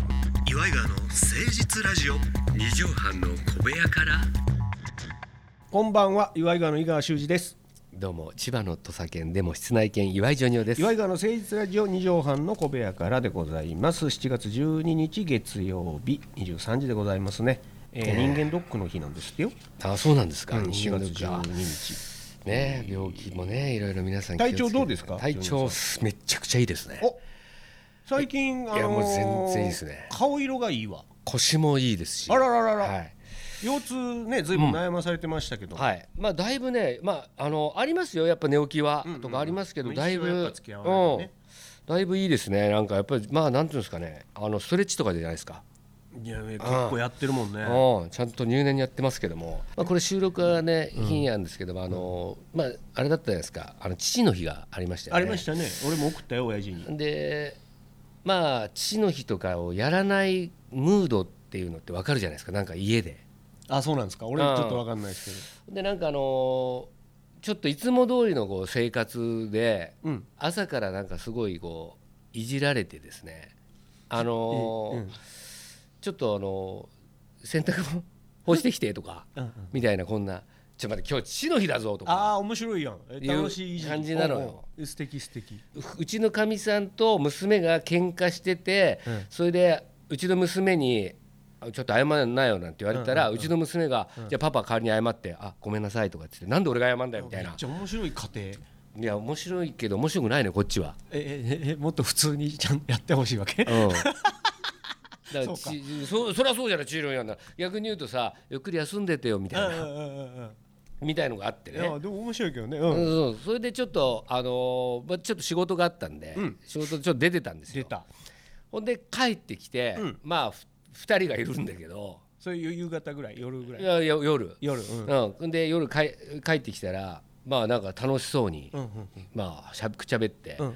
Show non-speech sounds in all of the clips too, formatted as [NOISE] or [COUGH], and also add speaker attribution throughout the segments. Speaker 1: イガーの誠実ラジオ
Speaker 2: 二畳半の小部屋から
Speaker 3: こんばんは岩井川の井川修司です
Speaker 2: どうも千葉の土佐県でも室内犬岩井ジョニオです
Speaker 3: 岩井川の誠実ラジオ二畳半の小部屋からでございます7月12日月曜日23時でございますね、えー人間ドックの日なんですってよ
Speaker 2: あそうなんですか、
Speaker 3: うん
Speaker 2: 二
Speaker 3: 7
Speaker 2: 月
Speaker 3: 月
Speaker 2: 12
Speaker 3: 12日
Speaker 2: ね病気もねいろいろ皆さん気をつ
Speaker 3: 体
Speaker 2: けて
Speaker 3: 調どうですか
Speaker 2: 体調めちゃくちゃいいですね
Speaker 3: お最近あのー
Speaker 2: もう全然いいですね
Speaker 3: 顔色がいいわ
Speaker 2: 腰もいいですし
Speaker 3: あらららら
Speaker 2: はい、
Speaker 3: 腰痛ねずいぶん悩まされてましたけど、
Speaker 2: はい、まあだいぶねまああのありますよやっぱ寝起きは
Speaker 3: んうん
Speaker 2: とかありますけど、
Speaker 3: まあ
Speaker 2: だい
Speaker 3: 一緒はやっ
Speaker 2: ぶ
Speaker 3: ぱ付き合わないとね
Speaker 2: うんだいぶいいですねなんかやっぱりまあなんていうんですかねあのストレッチとかじゃないですか
Speaker 3: いや結構やってるもんね
Speaker 2: うん、ちゃんと入念にやってますけども、まあ、これ収録はね、日にあるんですけどもあの、まあ、あれだったじゃないですかあの父の日がありましたよ
Speaker 3: あ
Speaker 2: ね
Speaker 3: りましたね俺も送ったよ親父に
Speaker 2: でまあ父の日とかをやらないムードっていうのってわかるじゃないですかなんか家で
Speaker 3: あそうなんですか俺
Speaker 2: うん
Speaker 3: ちょっとわかんないです
Speaker 2: でなんかあのちょっといつも通りのこう生活で
Speaker 3: けどうん
Speaker 2: 朝からなんかすごいこういじられてですねあの
Speaker 3: うん
Speaker 2: ちょっとあの洗濯物干してきてとか
Speaker 3: うんうん
Speaker 2: みたいなこんな「ちょっと待って今日父の日だぞ」とか
Speaker 3: ああ面白いやんえ
Speaker 2: いう
Speaker 3: 楽しい
Speaker 2: 感じなのよ
Speaker 3: おうおう素敵素敵
Speaker 2: ううちのかみさんと娘が喧嘩してて、
Speaker 3: うん
Speaker 2: それでうちの娘にあ「ちょっと謝んなよ」なんて言われたら、うちの娘が「じゃあパパ代わりに謝ってあごめんなさい」とかっつって「なんで俺が謝んだよ」みたい
Speaker 3: め
Speaker 2: な
Speaker 3: っちゃ面白い家庭え
Speaker 2: いや面白いけど面白くないねこっちは。
Speaker 3: えええもっと普通にちゃんやってほしいわ
Speaker 2: [LAUGHS]
Speaker 3: け
Speaker 2: うんだから
Speaker 3: そうか
Speaker 2: ちそそりゃそうじゃない治療やんな逆に言うとさゆっくり休んでてよみたいな、
Speaker 3: うんうんうんうん
Speaker 2: みたいのがあって
Speaker 3: い
Speaker 2: ね
Speaker 3: やでも面白いけどねう
Speaker 2: うん
Speaker 3: ん
Speaker 2: そうそれでちょっとあのーまあちょっと仕事があったんで、仕事でちょっと出てたんです
Speaker 3: 出
Speaker 2: よ
Speaker 3: た
Speaker 2: ほんで帰ってきて、
Speaker 3: うん
Speaker 2: まあふ2人がいるんだけど、
Speaker 3: そういう夕方ぐらい夜ぐら
Speaker 2: い
Speaker 3: い
Speaker 2: やいや夜、
Speaker 3: 夜うんうん
Speaker 2: うんで夜かい帰ってきたらまあなんか楽しそうに、
Speaker 3: うん
Speaker 2: まあしゃべくちゃべって、
Speaker 3: うんうんうん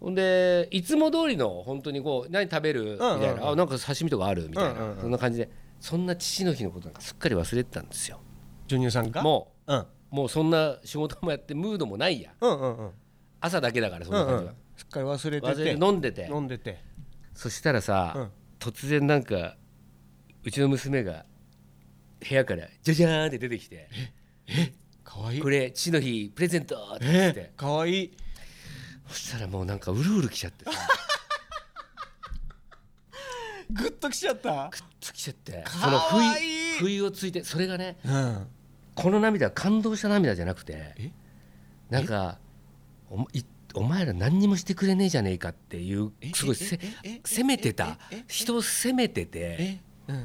Speaker 2: ほんでいつも通りの本当にこう何食べるみたいな、
Speaker 3: うんうんうん
Speaker 2: あなんか刺身とかあるみた
Speaker 3: う
Speaker 2: いな、
Speaker 3: んうんうん
Speaker 2: そんな感じでそんな父の日のことなんかすっかり忘れてたんですよ
Speaker 3: ジュニアさんが
Speaker 2: も
Speaker 3: ううん
Speaker 2: うもうそんな仕事もやってムードもないや
Speaker 3: うんうんうん
Speaker 2: 朝だけだからそん
Speaker 3: う
Speaker 2: なん感
Speaker 3: う
Speaker 2: じは
Speaker 3: ん、すっかり忘れて
Speaker 2: 忘れ
Speaker 3: て
Speaker 2: て飲んでて
Speaker 3: 飲んでて
Speaker 2: そしたらさ、
Speaker 3: うん
Speaker 2: 突然なんかうちの娘が部屋からじゃじゃーんって出てきて
Speaker 3: かわ
Speaker 2: 「
Speaker 3: いい
Speaker 2: これ父の日プレゼント!」って言って
Speaker 3: えかわいい
Speaker 2: そしたらもうなんかうるうるきちゃってさ
Speaker 3: グッときちゃった
Speaker 2: つきちゃって
Speaker 3: か
Speaker 2: その不
Speaker 3: わいい
Speaker 2: 意不意をついてそれがね
Speaker 3: うん
Speaker 2: この涙は感動した涙じゃなくて
Speaker 3: え
Speaker 2: なんかおいお前ら何にもしてくれねえじゃねえかっていうすごいせ
Speaker 3: ええ
Speaker 2: 責めてた
Speaker 3: えええ
Speaker 2: 人を責めてて
Speaker 3: え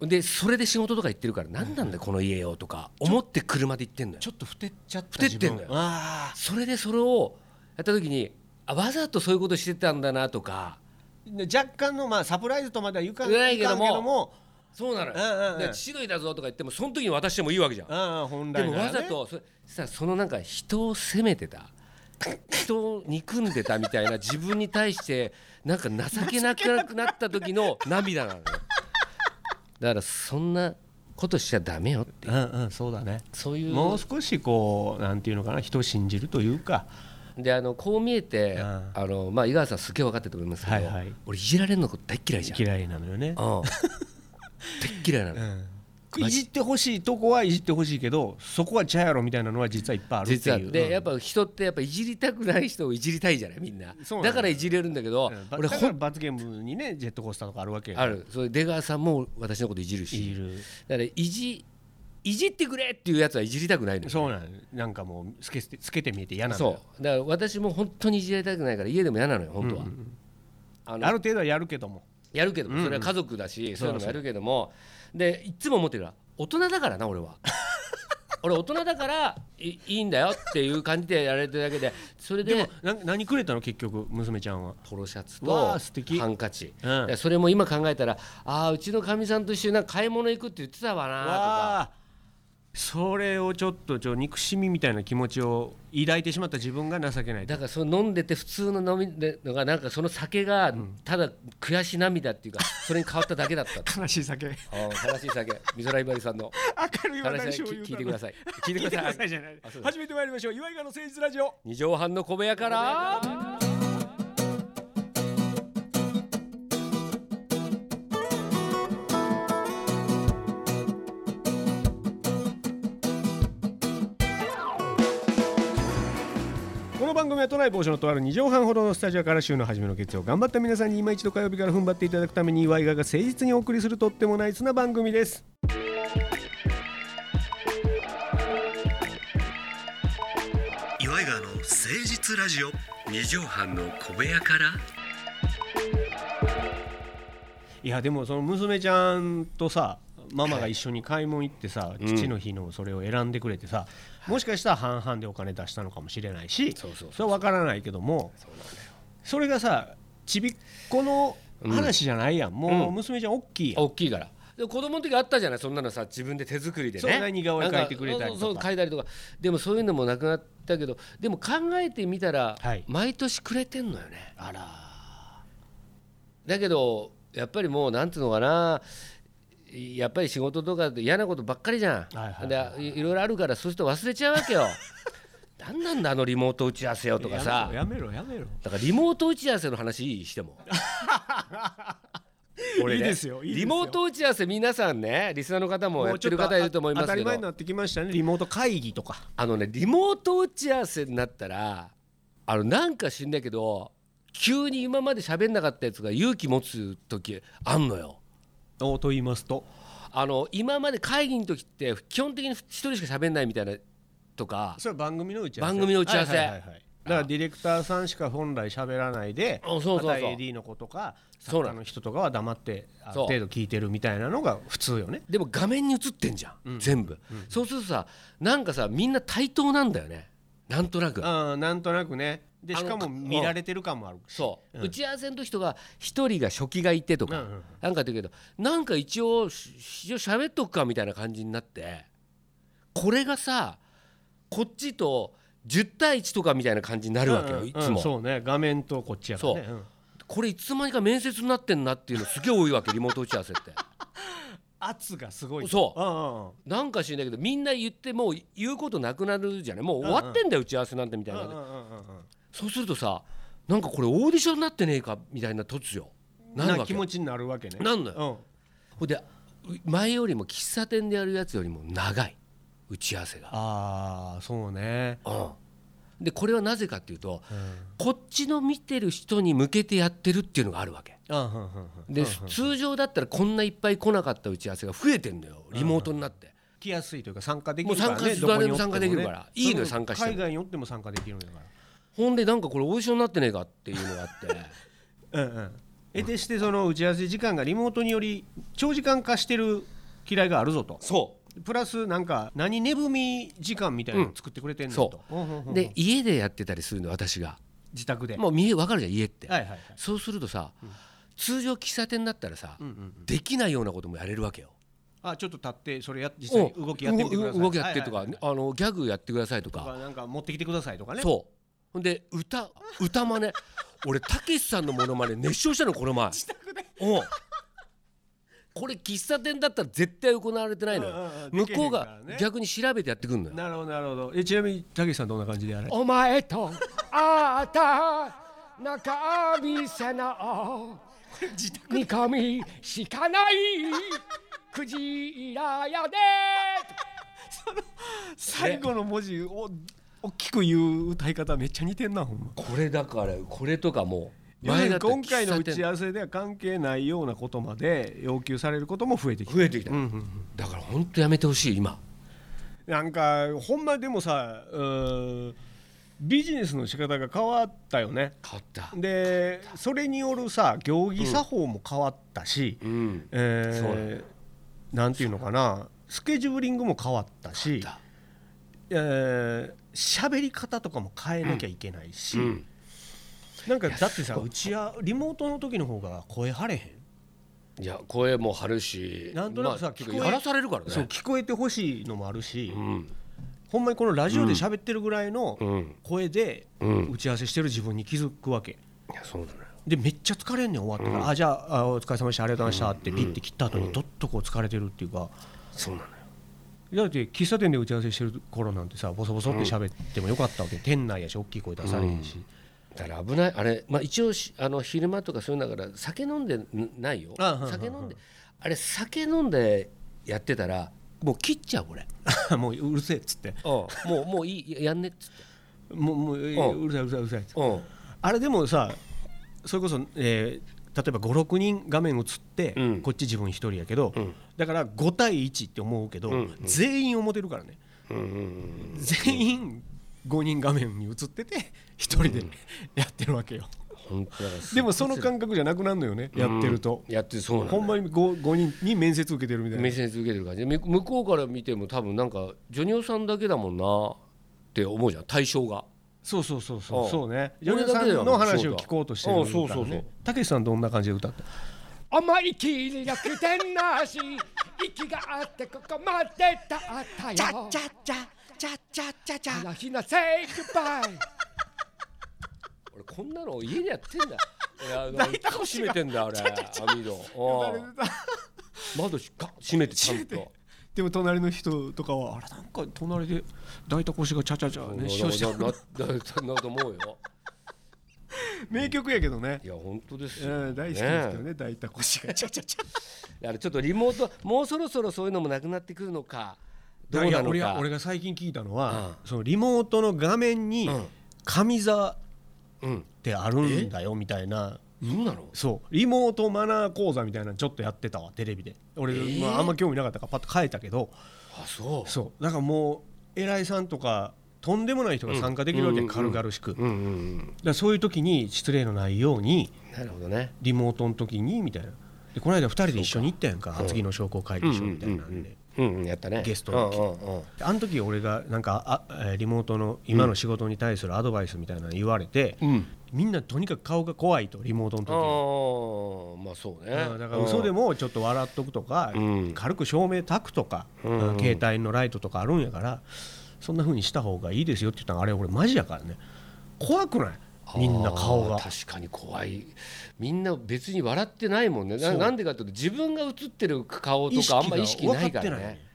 Speaker 3: うん
Speaker 2: でそれで仕事とか行ってるから何なんだよこの家よとか思って車で行ってんのよ
Speaker 3: ちょっとふてっちゃった
Speaker 2: ふてってんだよ
Speaker 3: 自分あ
Speaker 2: それでそれをやった時にあわざとそういうことしてたんだなとか
Speaker 3: あ若干のまあサプライズとまでは言うか
Speaker 2: ないけども
Speaker 3: いかんけども
Speaker 2: そうなの
Speaker 3: うんうんう
Speaker 2: よ
Speaker 3: ん
Speaker 2: で父の日だぞとか言ってもその時に渡してもいいわけじゃん
Speaker 3: ああ本
Speaker 2: で
Speaker 3: 来
Speaker 2: も
Speaker 3: ならね
Speaker 2: わざとそれさそのなんか人を責めてた人を憎んでたみたいな自分に対してなんか情けなくなった時の涙なのよだからそんなことしちゃダメよっていう
Speaker 3: うんうんそうだね
Speaker 2: そういう
Speaker 3: もう少しこうなんていうのかな人を信じるというか
Speaker 2: であのこう見えて
Speaker 3: うん
Speaker 2: あの、まあ、井川さんすげえ分かってると思いますけど、
Speaker 3: はいはい
Speaker 2: 俺いじられるの大っ嫌いじゃん。
Speaker 3: 嫌いなのよね
Speaker 2: [LAUGHS] うん大っ嫌いなの
Speaker 3: うんいじってほしいとこはいじってほしいけどそこはちゃうやろみたいなのは実はいっぱいあるって
Speaker 2: 実は
Speaker 3: いう
Speaker 2: でやっ
Speaker 3: ぱ
Speaker 2: ぱ人ってやっぱいじりたくない人をいじりたいじゃないみんな
Speaker 3: そうなんだ
Speaker 2: だからいじれるんだけど、
Speaker 3: 俺
Speaker 2: 俺ほん
Speaker 3: 罰ゲームにねジェットコースターとかあるわけよ
Speaker 2: あるそれ出川さんも私のこといじるし
Speaker 3: いる
Speaker 2: だからいじいじってくれっていうやつはいじりたくないのよ
Speaker 3: そうなんなんかもうつけてつけて見えて嫌なんだよ
Speaker 2: そうだから私も本当にいじられたくないから家でも嫌なのよ本当は、
Speaker 3: うんうん
Speaker 2: あの
Speaker 3: ある程度はやるけども
Speaker 2: やるけどもそれは家族だし、そういうのもやるけどもでいつも思ってるから大人だからな
Speaker 3: [LAUGHS]
Speaker 2: 俺は俺大人だからいいいんだよっていう感じでやられてるだけでそれで
Speaker 3: な何くれたの結局娘ちゃんは
Speaker 2: ポロシャツ
Speaker 3: わあ
Speaker 2: と
Speaker 3: 素敵
Speaker 2: ハンカチ、
Speaker 3: うん
Speaker 2: でそれも今考えたらああうちのかみさんと一緒になんか買い物行くって言ってたわなとか
Speaker 3: わあそれをちょっとちょ憎しみみたいな気持ちを抱いてしまった自分が情けない
Speaker 2: だからその飲んでて普通の飲みでのがなんかその酒がただ悔し涙っていうかそれに変わっただけだっ
Speaker 3: [LAUGHS]
Speaker 2: た
Speaker 3: 悲しい酒
Speaker 2: ああ悲しい酒
Speaker 3: [LAUGHS]
Speaker 2: 美空ひばりさんの
Speaker 3: 明るい話
Speaker 2: 悲しい
Speaker 3: を
Speaker 2: 酒
Speaker 3: 言う
Speaker 2: 聞いてくだ
Speaker 3: い
Speaker 2: さい聞い
Speaker 3: [LAUGHS]
Speaker 2: て
Speaker 3: 聞い
Speaker 2: く
Speaker 3: て
Speaker 2: だ
Speaker 3: くだ
Speaker 2: さい
Speaker 3: さいじゃない
Speaker 2: あそうだ
Speaker 3: 初めて参りましょう岩井川の誠実ラジオ
Speaker 2: 二畳半の小部
Speaker 3: [LAUGHS]
Speaker 2: 屋から。
Speaker 3: 組は都内某所のとある2畳半ほどのスタジオから週の初めの月曜頑張った皆さんに今一度火曜日から踏ん張っていただくために岩井川が誠実にお送りするとってもナイスな番組です
Speaker 1: 岩井川の誠実ラジオ
Speaker 2: 二畳半の小部屋から
Speaker 3: いやでもその娘ちゃんとさママが一緒に買い物行ってさ、
Speaker 2: い
Speaker 3: 父の日のそれを選んでくれてさ、もしかしたら半々でお金出したのかもしれないし
Speaker 2: そうそうそう
Speaker 3: れは分からないけども
Speaker 2: そうなんだよ
Speaker 3: それがさちびっこの話じゃないやん、もううん娘ちゃん大きいやん、
Speaker 2: 大きいからで子供の時あったじゃないそんなのさ自分で手作りで
Speaker 3: そうね
Speaker 2: ね
Speaker 3: 似顔絵描いてくれたりとか
Speaker 2: なんそうそう描いたりとかでもそういうのもなくなったけどでも考えてみたら、
Speaker 3: はい
Speaker 2: 毎年くれてんのよね
Speaker 3: あら
Speaker 2: だけどやっぱりもうなんていうのかなやっぱり仕事とかで嫌なことばっかりじゃん、
Speaker 3: はいはい
Speaker 2: でいいろいろあるからそうすると忘れちゃうわけよ何なんだあのリモート打ち合わせよとかさ
Speaker 3: やめろやめろ
Speaker 2: だからリモート打ち合わせの話いい
Speaker 3: [LAUGHS]
Speaker 2: してもね
Speaker 3: いいですよいいですよ
Speaker 2: リモート打ち合わせ皆さんねリスナーの方もやってる方いると思いま
Speaker 3: 当
Speaker 2: す
Speaker 3: た
Speaker 2: け
Speaker 3: り
Speaker 2: ど
Speaker 3: 前になってきましたねリモート会議とか
Speaker 2: あのねリモート打ち合わせになったらあのなんか知んないけど急に今まで喋んなかったやつが勇気持つ時あんのよ。
Speaker 3: おと言いますと
Speaker 2: あの今まで会議の時って基本的に一人しか喋んないみたいなとか
Speaker 3: それは番組の打ち合わせ
Speaker 2: 番組の打ち合わせ
Speaker 3: はいはいはいはいだからディレクターさんしか本来喋らないで
Speaker 2: あそうそうそう
Speaker 3: あとは AD の子とか
Speaker 2: そう
Speaker 3: 作家
Speaker 2: なの
Speaker 3: の人とかは黙ってある
Speaker 2: そう
Speaker 3: 程度聞いてるみたいなのが普通よね
Speaker 2: でも画面に映ってんじゃん、全部、そうするとさなんかさみんな対等なんだよねなんとなく
Speaker 3: うんなんとなくねで
Speaker 2: あの
Speaker 3: しかも見られてる感もある
Speaker 2: そう、
Speaker 3: うん
Speaker 2: 打ち合わせの時とか一人が初期がいてとか、
Speaker 3: うんうんうん
Speaker 2: なんかだけどなんか一応し一応喋っとくかみたいな感じになってこれがさこっちと10対1とかみたいな感じにな
Speaker 3: あ
Speaker 2: るわけよ、いつも、
Speaker 3: そうね画面とこっちやからね
Speaker 2: そ
Speaker 3: うん
Speaker 2: これいつの間にか面接になってんなっていうのすげえ多いわ [LAUGHS] けリモート打ち合わせって。
Speaker 3: 圧がすごい
Speaker 2: そうん
Speaker 3: んうん
Speaker 2: なんか知んないけどみんな言ってもう言うことなくなるじゃないもう終わってんだよ打ち合わせなんてみたいな、
Speaker 3: うんうんうんうん
Speaker 2: そうするとさなんかこれオーディションになってねえかみたいな突如なる
Speaker 3: な
Speaker 2: わけ
Speaker 3: 気
Speaker 2: よ
Speaker 3: 持ちになるわけね
Speaker 2: なんのよ
Speaker 3: よ
Speaker 2: ほんで前よりも喫茶店でやるやつよりも長い打ち合わせが、
Speaker 3: ああそうね
Speaker 2: うん、でこれはなぜかっていうと
Speaker 3: うん
Speaker 2: こっちの見てる人に向けてやってるっていうのがあるわけ
Speaker 3: あうんうんうん
Speaker 2: で、通常だったらこんないっぱい来なかった打ち合わせが増えてんだよリモートになって、
Speaker 3: 来やすいというか参加できるからね
Speaker 2: もう参加する
Speaker 3: どこに
Speaker 2: 誰でも参加できるから
Speaker 3: おっても
Speaker 2: いいの
Speaker 3: う
Speaker 2: よ
Speaker 3: ん
Speaker 2: 参加しても
Speaker 3: 海外におっても参加できるんだか
Speaker 2: ほんでなんかこれオーディションになってねえかっていうのがあ
Speaker 3: [LAUGHS]
Speaker 2: って
Speaker 3: らうんうんえでしてその打ち合わせ時間がリモートにより長時間化してる嫌いがあるぞと
Speaker 2: そう
Speaker 3: プラスなんか何寝踏み時間みたいなの作ってくれてんのと、うんうんうん
Speaker 2: で家でやってたりするの私が
Speaker 3: 自宅で
Speaker 2: もう見え分かるじゃん家って、
Speaker 3: はいはいはい
Speaker 2: そうするとさ、通常喫茶店だったらさ、
Speaker 3: うんうんうん
Speaker 2: できないようなこともやれるわけよ
Speaker 3: あちょっと立ってそれや実際に動きやってみてくださ
Speaker 2: う
Speaker 3: い
Speaker 2: ん動きやってとか、
Speaker 3: はいはいはい
Speaker 2: あのギャグやってくださいと
Speaker 3: と
Speaker 2: か
Speaker 3: かなんか持ってきてくださいとかね
Speaker 2: そうほんで歌歌真似俺たけしさんのモノマネ熱唱したのこの前自宅でうんこれ喫茶店だったら絶対行われてないのよ、
Speaker 3: うんうんうん
Speaker 2: 向こう
Speaker 3: できへんか
Speaker 2: が
Speaker 3: らね
Speaker 2: 逆に調べてやってくんのよ
Speaker 3: なるほどなるほどえちなみにたけしさんどんな感じでやれ
Speaker 2: お前とあった中見せな三上しかないクジラやで
Speaker 3: 最後の文字を大きく言う歌い方めっちゃ似てんなほんま
Speaker 2: これだからこれとかもう
Speaker 3: 今回の打ち合
Speaker 2: わ
Speaker 3: わせでは関係ないようなことまで要求されることも増えてき
Speaker 2: せ
Speaker 3: た、
Speaker 2: 増えてきた、
Speaker 3: うんうん
Speaker 2: だから本当やめてほしい今
Speaker 3: うん、なんかほんまでもさうーんビジネスの仕方が変わったよね
Speaker 2: 変わった
Speaker 3: でそれによるさ行儀作法も変わったし、
Speaker 2: うんそうだ
Speaker 3: えーなんていうのかなスケジューリングも変わったし
Speaker 2: だ
Speaker 3: えー喋り方とかも変えなきゃいけないし、
Speaker 2: うん
Speaker 3: なんかだってさうちはリモートの時の方が声張れへん
Speaker 2: いや声も張るし
Speaker 3: なんとなくさ
Speaker 2: まあ
Speaker 3: 聞こえ
Speaker 2: やらされるからね
Speaker 3: そう聞こえてほしいのもあるし、
Speaker 2: うん
Speaker 3: ほんまにこのラジオで喋ってるぐらいの
Speaker 2: うん
Speaker 3: 声で
Speaker 2: うん
Speaker 3: 打ち合わせしてる自分に気づくわけ
Speaker 2: いやそうだね
Speaker 3: でめっちゃ疲れんねん終わってから、あじゃああお疲れ様でしたありがとうございましたってピッて切った後にどっとこう疲れてるっていうか
Speaker 2: そうなのよ
Speaker 3: だって喫茶店で打ち合わせしてる頃なんてさボソボソって喋ってもよかったわけ店内やし大きい声出されへんし、
Speaker 2: だから危ないあれ、まあ、一応しあの昼間とかそういうのだから酒飲んでんないよ
Speaker 3: あはいはい
Speaker 2: 酒飲んであれ酒飲んでやってたらもう切っちゃうこれ
Speaker 3: [LAUGHS] もううるせえっつって
Speaker 2: もうもういいややんねっつって
Speaker 3: もうもうえー
Speaker 2: うん
Speaker 3: うるさいうるさいうるさい
Speaker 2: うん
Speaker 3: あれでもさそれこそ、えー例えば56人画面映って、
Speaker 2: うん
Speaker 3: こっち自分1人やけど、
Speaker 2: うん
Speaker 3: だから5対1って思うけど、
Speaker 2: うんうん
Speaker 3: 全員思ってるからね
Speaker 2: うんうんうん
Speaker 3: 全員5人画面に映ってて1人でやってるわけよ、
Speaker 2: 本当だからす
Speaker 3: でもその感覚じゃなくなるのよね、やってると
Speaker 2: うんやってそうなんだ
Speaker 3: ほ
Speaker 2: よ
Speaker 3: んまに 5, 人に面接受けてるみたいな
Speaker 2: 目線続けてる感じでみ向こうから見ても多分なんかジョニオさんだけだもんなって思うじゃん対象が
Speaker 3: そうそうそう
Speaker 2: う
Speaker 3: そ
Speaker 2: ん
Speaker 3: うそうねジョ
Speaker 2: 俺
Speaker 3: ニ
Speaker 2: だ
Speaker 3: オさ
Speaker 2: け
Speaker 3: ん
Speaker 2: だよ
Speaker 3: の話を聞こうとしてる
Speaker 2: うんそうそうそう
Speaker 3: みたいなねたけしさんどんな感じで歌った
Speaker 4: 思い切り楽天なし息があってここまでだったよチャチャチャチャチャチャチャラひな say goodbye
Speaker 2: 俺こんなの家でやってんだ俺あの閉めてんだあれ網戸うん窓しっか閉めてちゃんと
Speaker 3: でも隣の人とかはあれなんか隣で抱いた腰がチャチャチャ
Speaker 2: な
Speaker 3: ねしようしよう
Speaker 2: ななななと思うよ
Speaker 3: 名曲やけどね
Speaker 2: いや本当ですよ
Speaker 3: うん大好きですけどね抱いた腰がチャチャチャ
Speaker 2: だからちょっとリモートもうそろそろそういうのもなくなってくるのかどう
Speaker 3: い
Speaker 2: な
Speaker 3: や
Speaker 2: の
Speaker 3: 俺が
Speaker 2: か
Speaker 3: 俺が最近聞いたのは、そのリモートの画面に
Speaker 2: うん
Speaker 3: 神座っ
Speaker 2: うん
Speaker 3: てあるんだよみたいな、
Speaker 2: そうなの
Speaker 3: そうリモートマナー講座みたいなのちょっとやってたわテレビで俺、
Speaker 2: ー
Speaker 3: まあ、あんま興味なかったからパッと変えたけど
Speaker 2: あそ
Speaker 3: そうだからもう偉いさんとかとんでもない人が参加できるわけ、
Speaker 2: うん
Speaker 3: 軽々しく、だか
Speaker 2: うんうんうん
Speaker 3: らそういう時に失礼のないように
Speaker 2: なるほどね
Speaker 3: リモートの時にみたいなでこの間2人で一緒に行ったやんか厚木の商工会議所みたいなんで。
Speaker 2: うんうんやったね
Speaker 3: ゲスト
Speaker 2: うん
Speaker 3: の
Speaker 2: うんうん
Speaker 3: あの時俺がなんかあえーリモートの今の仕事に対するアドバイスみたいなの言われて、
Speaker 2: うん
Speaker 3: みんなとにかく顔が怖いとリモートの時は
Speaker 2: ああまあそうね
Speaker 3: うんだから嘘で
Speaker 2: も
Speaker 3: もちょっと笑っとくとか、
Speaker 2: うん
Speaker 3: 軽く照明たくとか、
Speaker 2: うん
Speaker 3: 携帯のライトとかあるんやからそんな風にした方がいいですよって言ったのあれ俺マジやからね怖くないみんな顔が
Speaker 2: あー確かに怖いみんな別に笑ってないもんねななんでかっていうと自分が映ってる顔とかあんま意識ないから
Speaker 3: 分って
Speaker 2: ね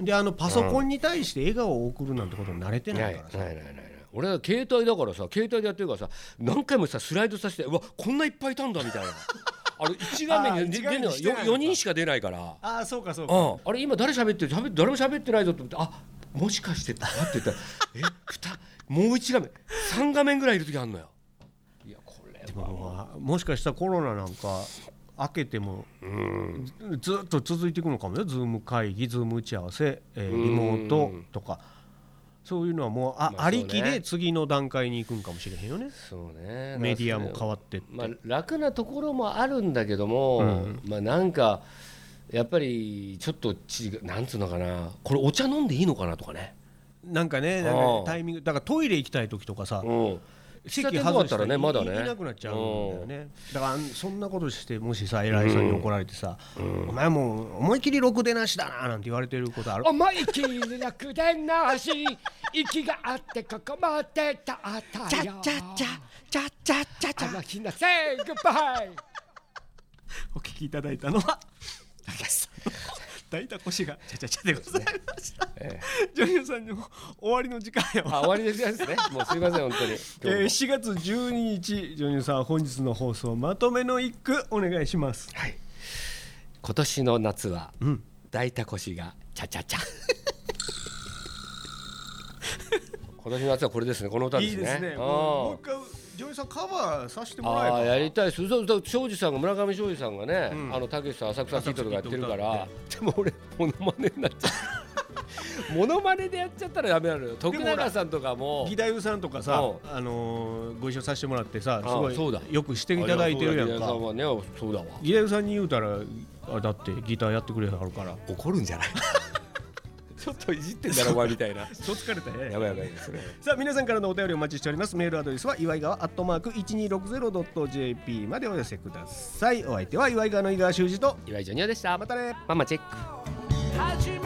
Speaker 3: であのパソコンに対して笑顔を送るなんてことに慣れて
Speaker 2: な
Speaker 3: ないい
Speaker 2: な
Speaker 3: か
Speaker 2: い
Speaker 3: らさ、
Speaker 2: ないないない俺は携帯だからさ携帯でやってるからさ何回もさスライドさせてうわこんないっぱいいたんだみたいな
Speaker 3: [LAUGHS]
Speaker 2: あれ一画面
Speaker 3: あ
Speaker 2: に
Speaker 3: ー
Speaker 2: 出
Speaker 3: 一
Speaker 2: 出
Speaker 3: 画面
Speaker 2: るの
Speaker 3: にしてないのか
Speaker 2: 4人しか出ないから
Speaker 3: ああそうかそうか、
Speaker 2: ああれ今誰喋ってる喋って誰も喋ってないぞと思ってあもしかしてってって言ったらえふたもう一画面三画面ぐらいいる時あんのよいやこれは
Speaker 3: もうもしかしたらコロナなんか明けてもずずっと続いていくのかもよズーム会議ズーム打ち合わせ、えーリモートとかそういうのはもうあ,、
Speaker 2: まあ
Speaker 3: ありき
Speaker 2: そうね
Speaker 3: で次の段階に行くんかもしれへんよね
Speaker 2: そうね
Speaker 3: メディアも変
Speaker 2: わ
Speaker 3: わってって、
Speaker 2: まあ楽なところもあるんだけども、
Speaker 3: うん
Speaker 2: まあなんかやっぱりちょっと違うなんつうのかなこれお茶飲んでいいのかなとかね、
Speaker 3: なんかねなんか
Speaker 2: ああ
Speaker 3: タイミングだからトイレ行きたい時とかさ、
Speaker 2: うん、喫茶
Speaker 3: 席
Speaker 2: 店とかだ
Speaker 3: 外
Speaker 2: っ
Speaker 3: したた
Speaker 2: ら
Speaker 3: ら
Speaker 2: ね
Speaker 3: ね
Speaker 2: ま
Speaker 3: ま
Speaker 2: だ
Speaker 3: だ
Speaker 2: ね
Speaker 3: ね行けなくなっちゃうんだよねだからあんそんなことしてもしさ偉いさんに怒られてさ「お前もう思い切りろくでなしだな」なんて言われてることある
Speaker 4: 思い切り楽天なし息があってここまでだったよチャチャチャチャチャチャチャラひな say goodbye
Speaker 3: お聞きいただいたのは高橋さんの [LAUGHS] 抱いた腰がちゃちゃちゃでございました、
Speaker 2: え
Speaker 3: ジョニオさんにも終わりの時間やわ
Speaker 2: あ終わりですねもうすいません本当に
Speaker 3: えー、4月12日ジョニオさん本日の放送まとめの一句お願いします
Speaker 2: はい、今年の夏は、
Speaker 3: ん
Speaker 2: 抱いた腰がチャチャチャ [LAUGHS] 今年の夏はこれですねこの歌で
Speaker 3: い
Speaker 2: す
Speaker 3: い
Speaker 2: ね
Speaker 3: ですね
Speaker 2: うん
Speaker 3: もうもう一回ジョニオさんカバーさせてもらえ
Speaker 2: あ
Speaker 3: ば
Speaker 2: あやりたいですそうそう庄司さんが村上庄司さんがね、あのたけしさん浅草キッドとかやってるからでも俺モノマネになっちゃう [LAUGHS] モノマネでやっちゃったらダメなのよ徳永さんとかも
Speaker 3: 義太夫さんとかさ
Speaker 2: うん、
Speaker 3: あのーご一緒させてもらってさす
Speaker 2: あ
Speaker 3: ごい
Speaker 2: そうだ
Speaker 3: よくしていただいてるやん
Speaker 2: あ
Speaker 3: か
Speaker 2: そうだ義太夫さんはねそうだわ
Speaker 3: 義太夫さんに言うたらあだってギターやってくれはるから
Speaker 2: 怒るんじゃないちょっといじってんだろお前みたいな
Speaker 3: そっ疲れたね
Speaker 2: やばいやばいですね
Speaker 3: さあ皆さんからのお便りお待ちしておりますメールアドレスは祝いがわアットマーク 1260.jp までお寄せくださいお相手は祝いがわの井川修司と
Speaker 2: 岩井ジョニオでした
Speaker 3: またね
Speaker 2: ママチェック
Speaker 4: 始め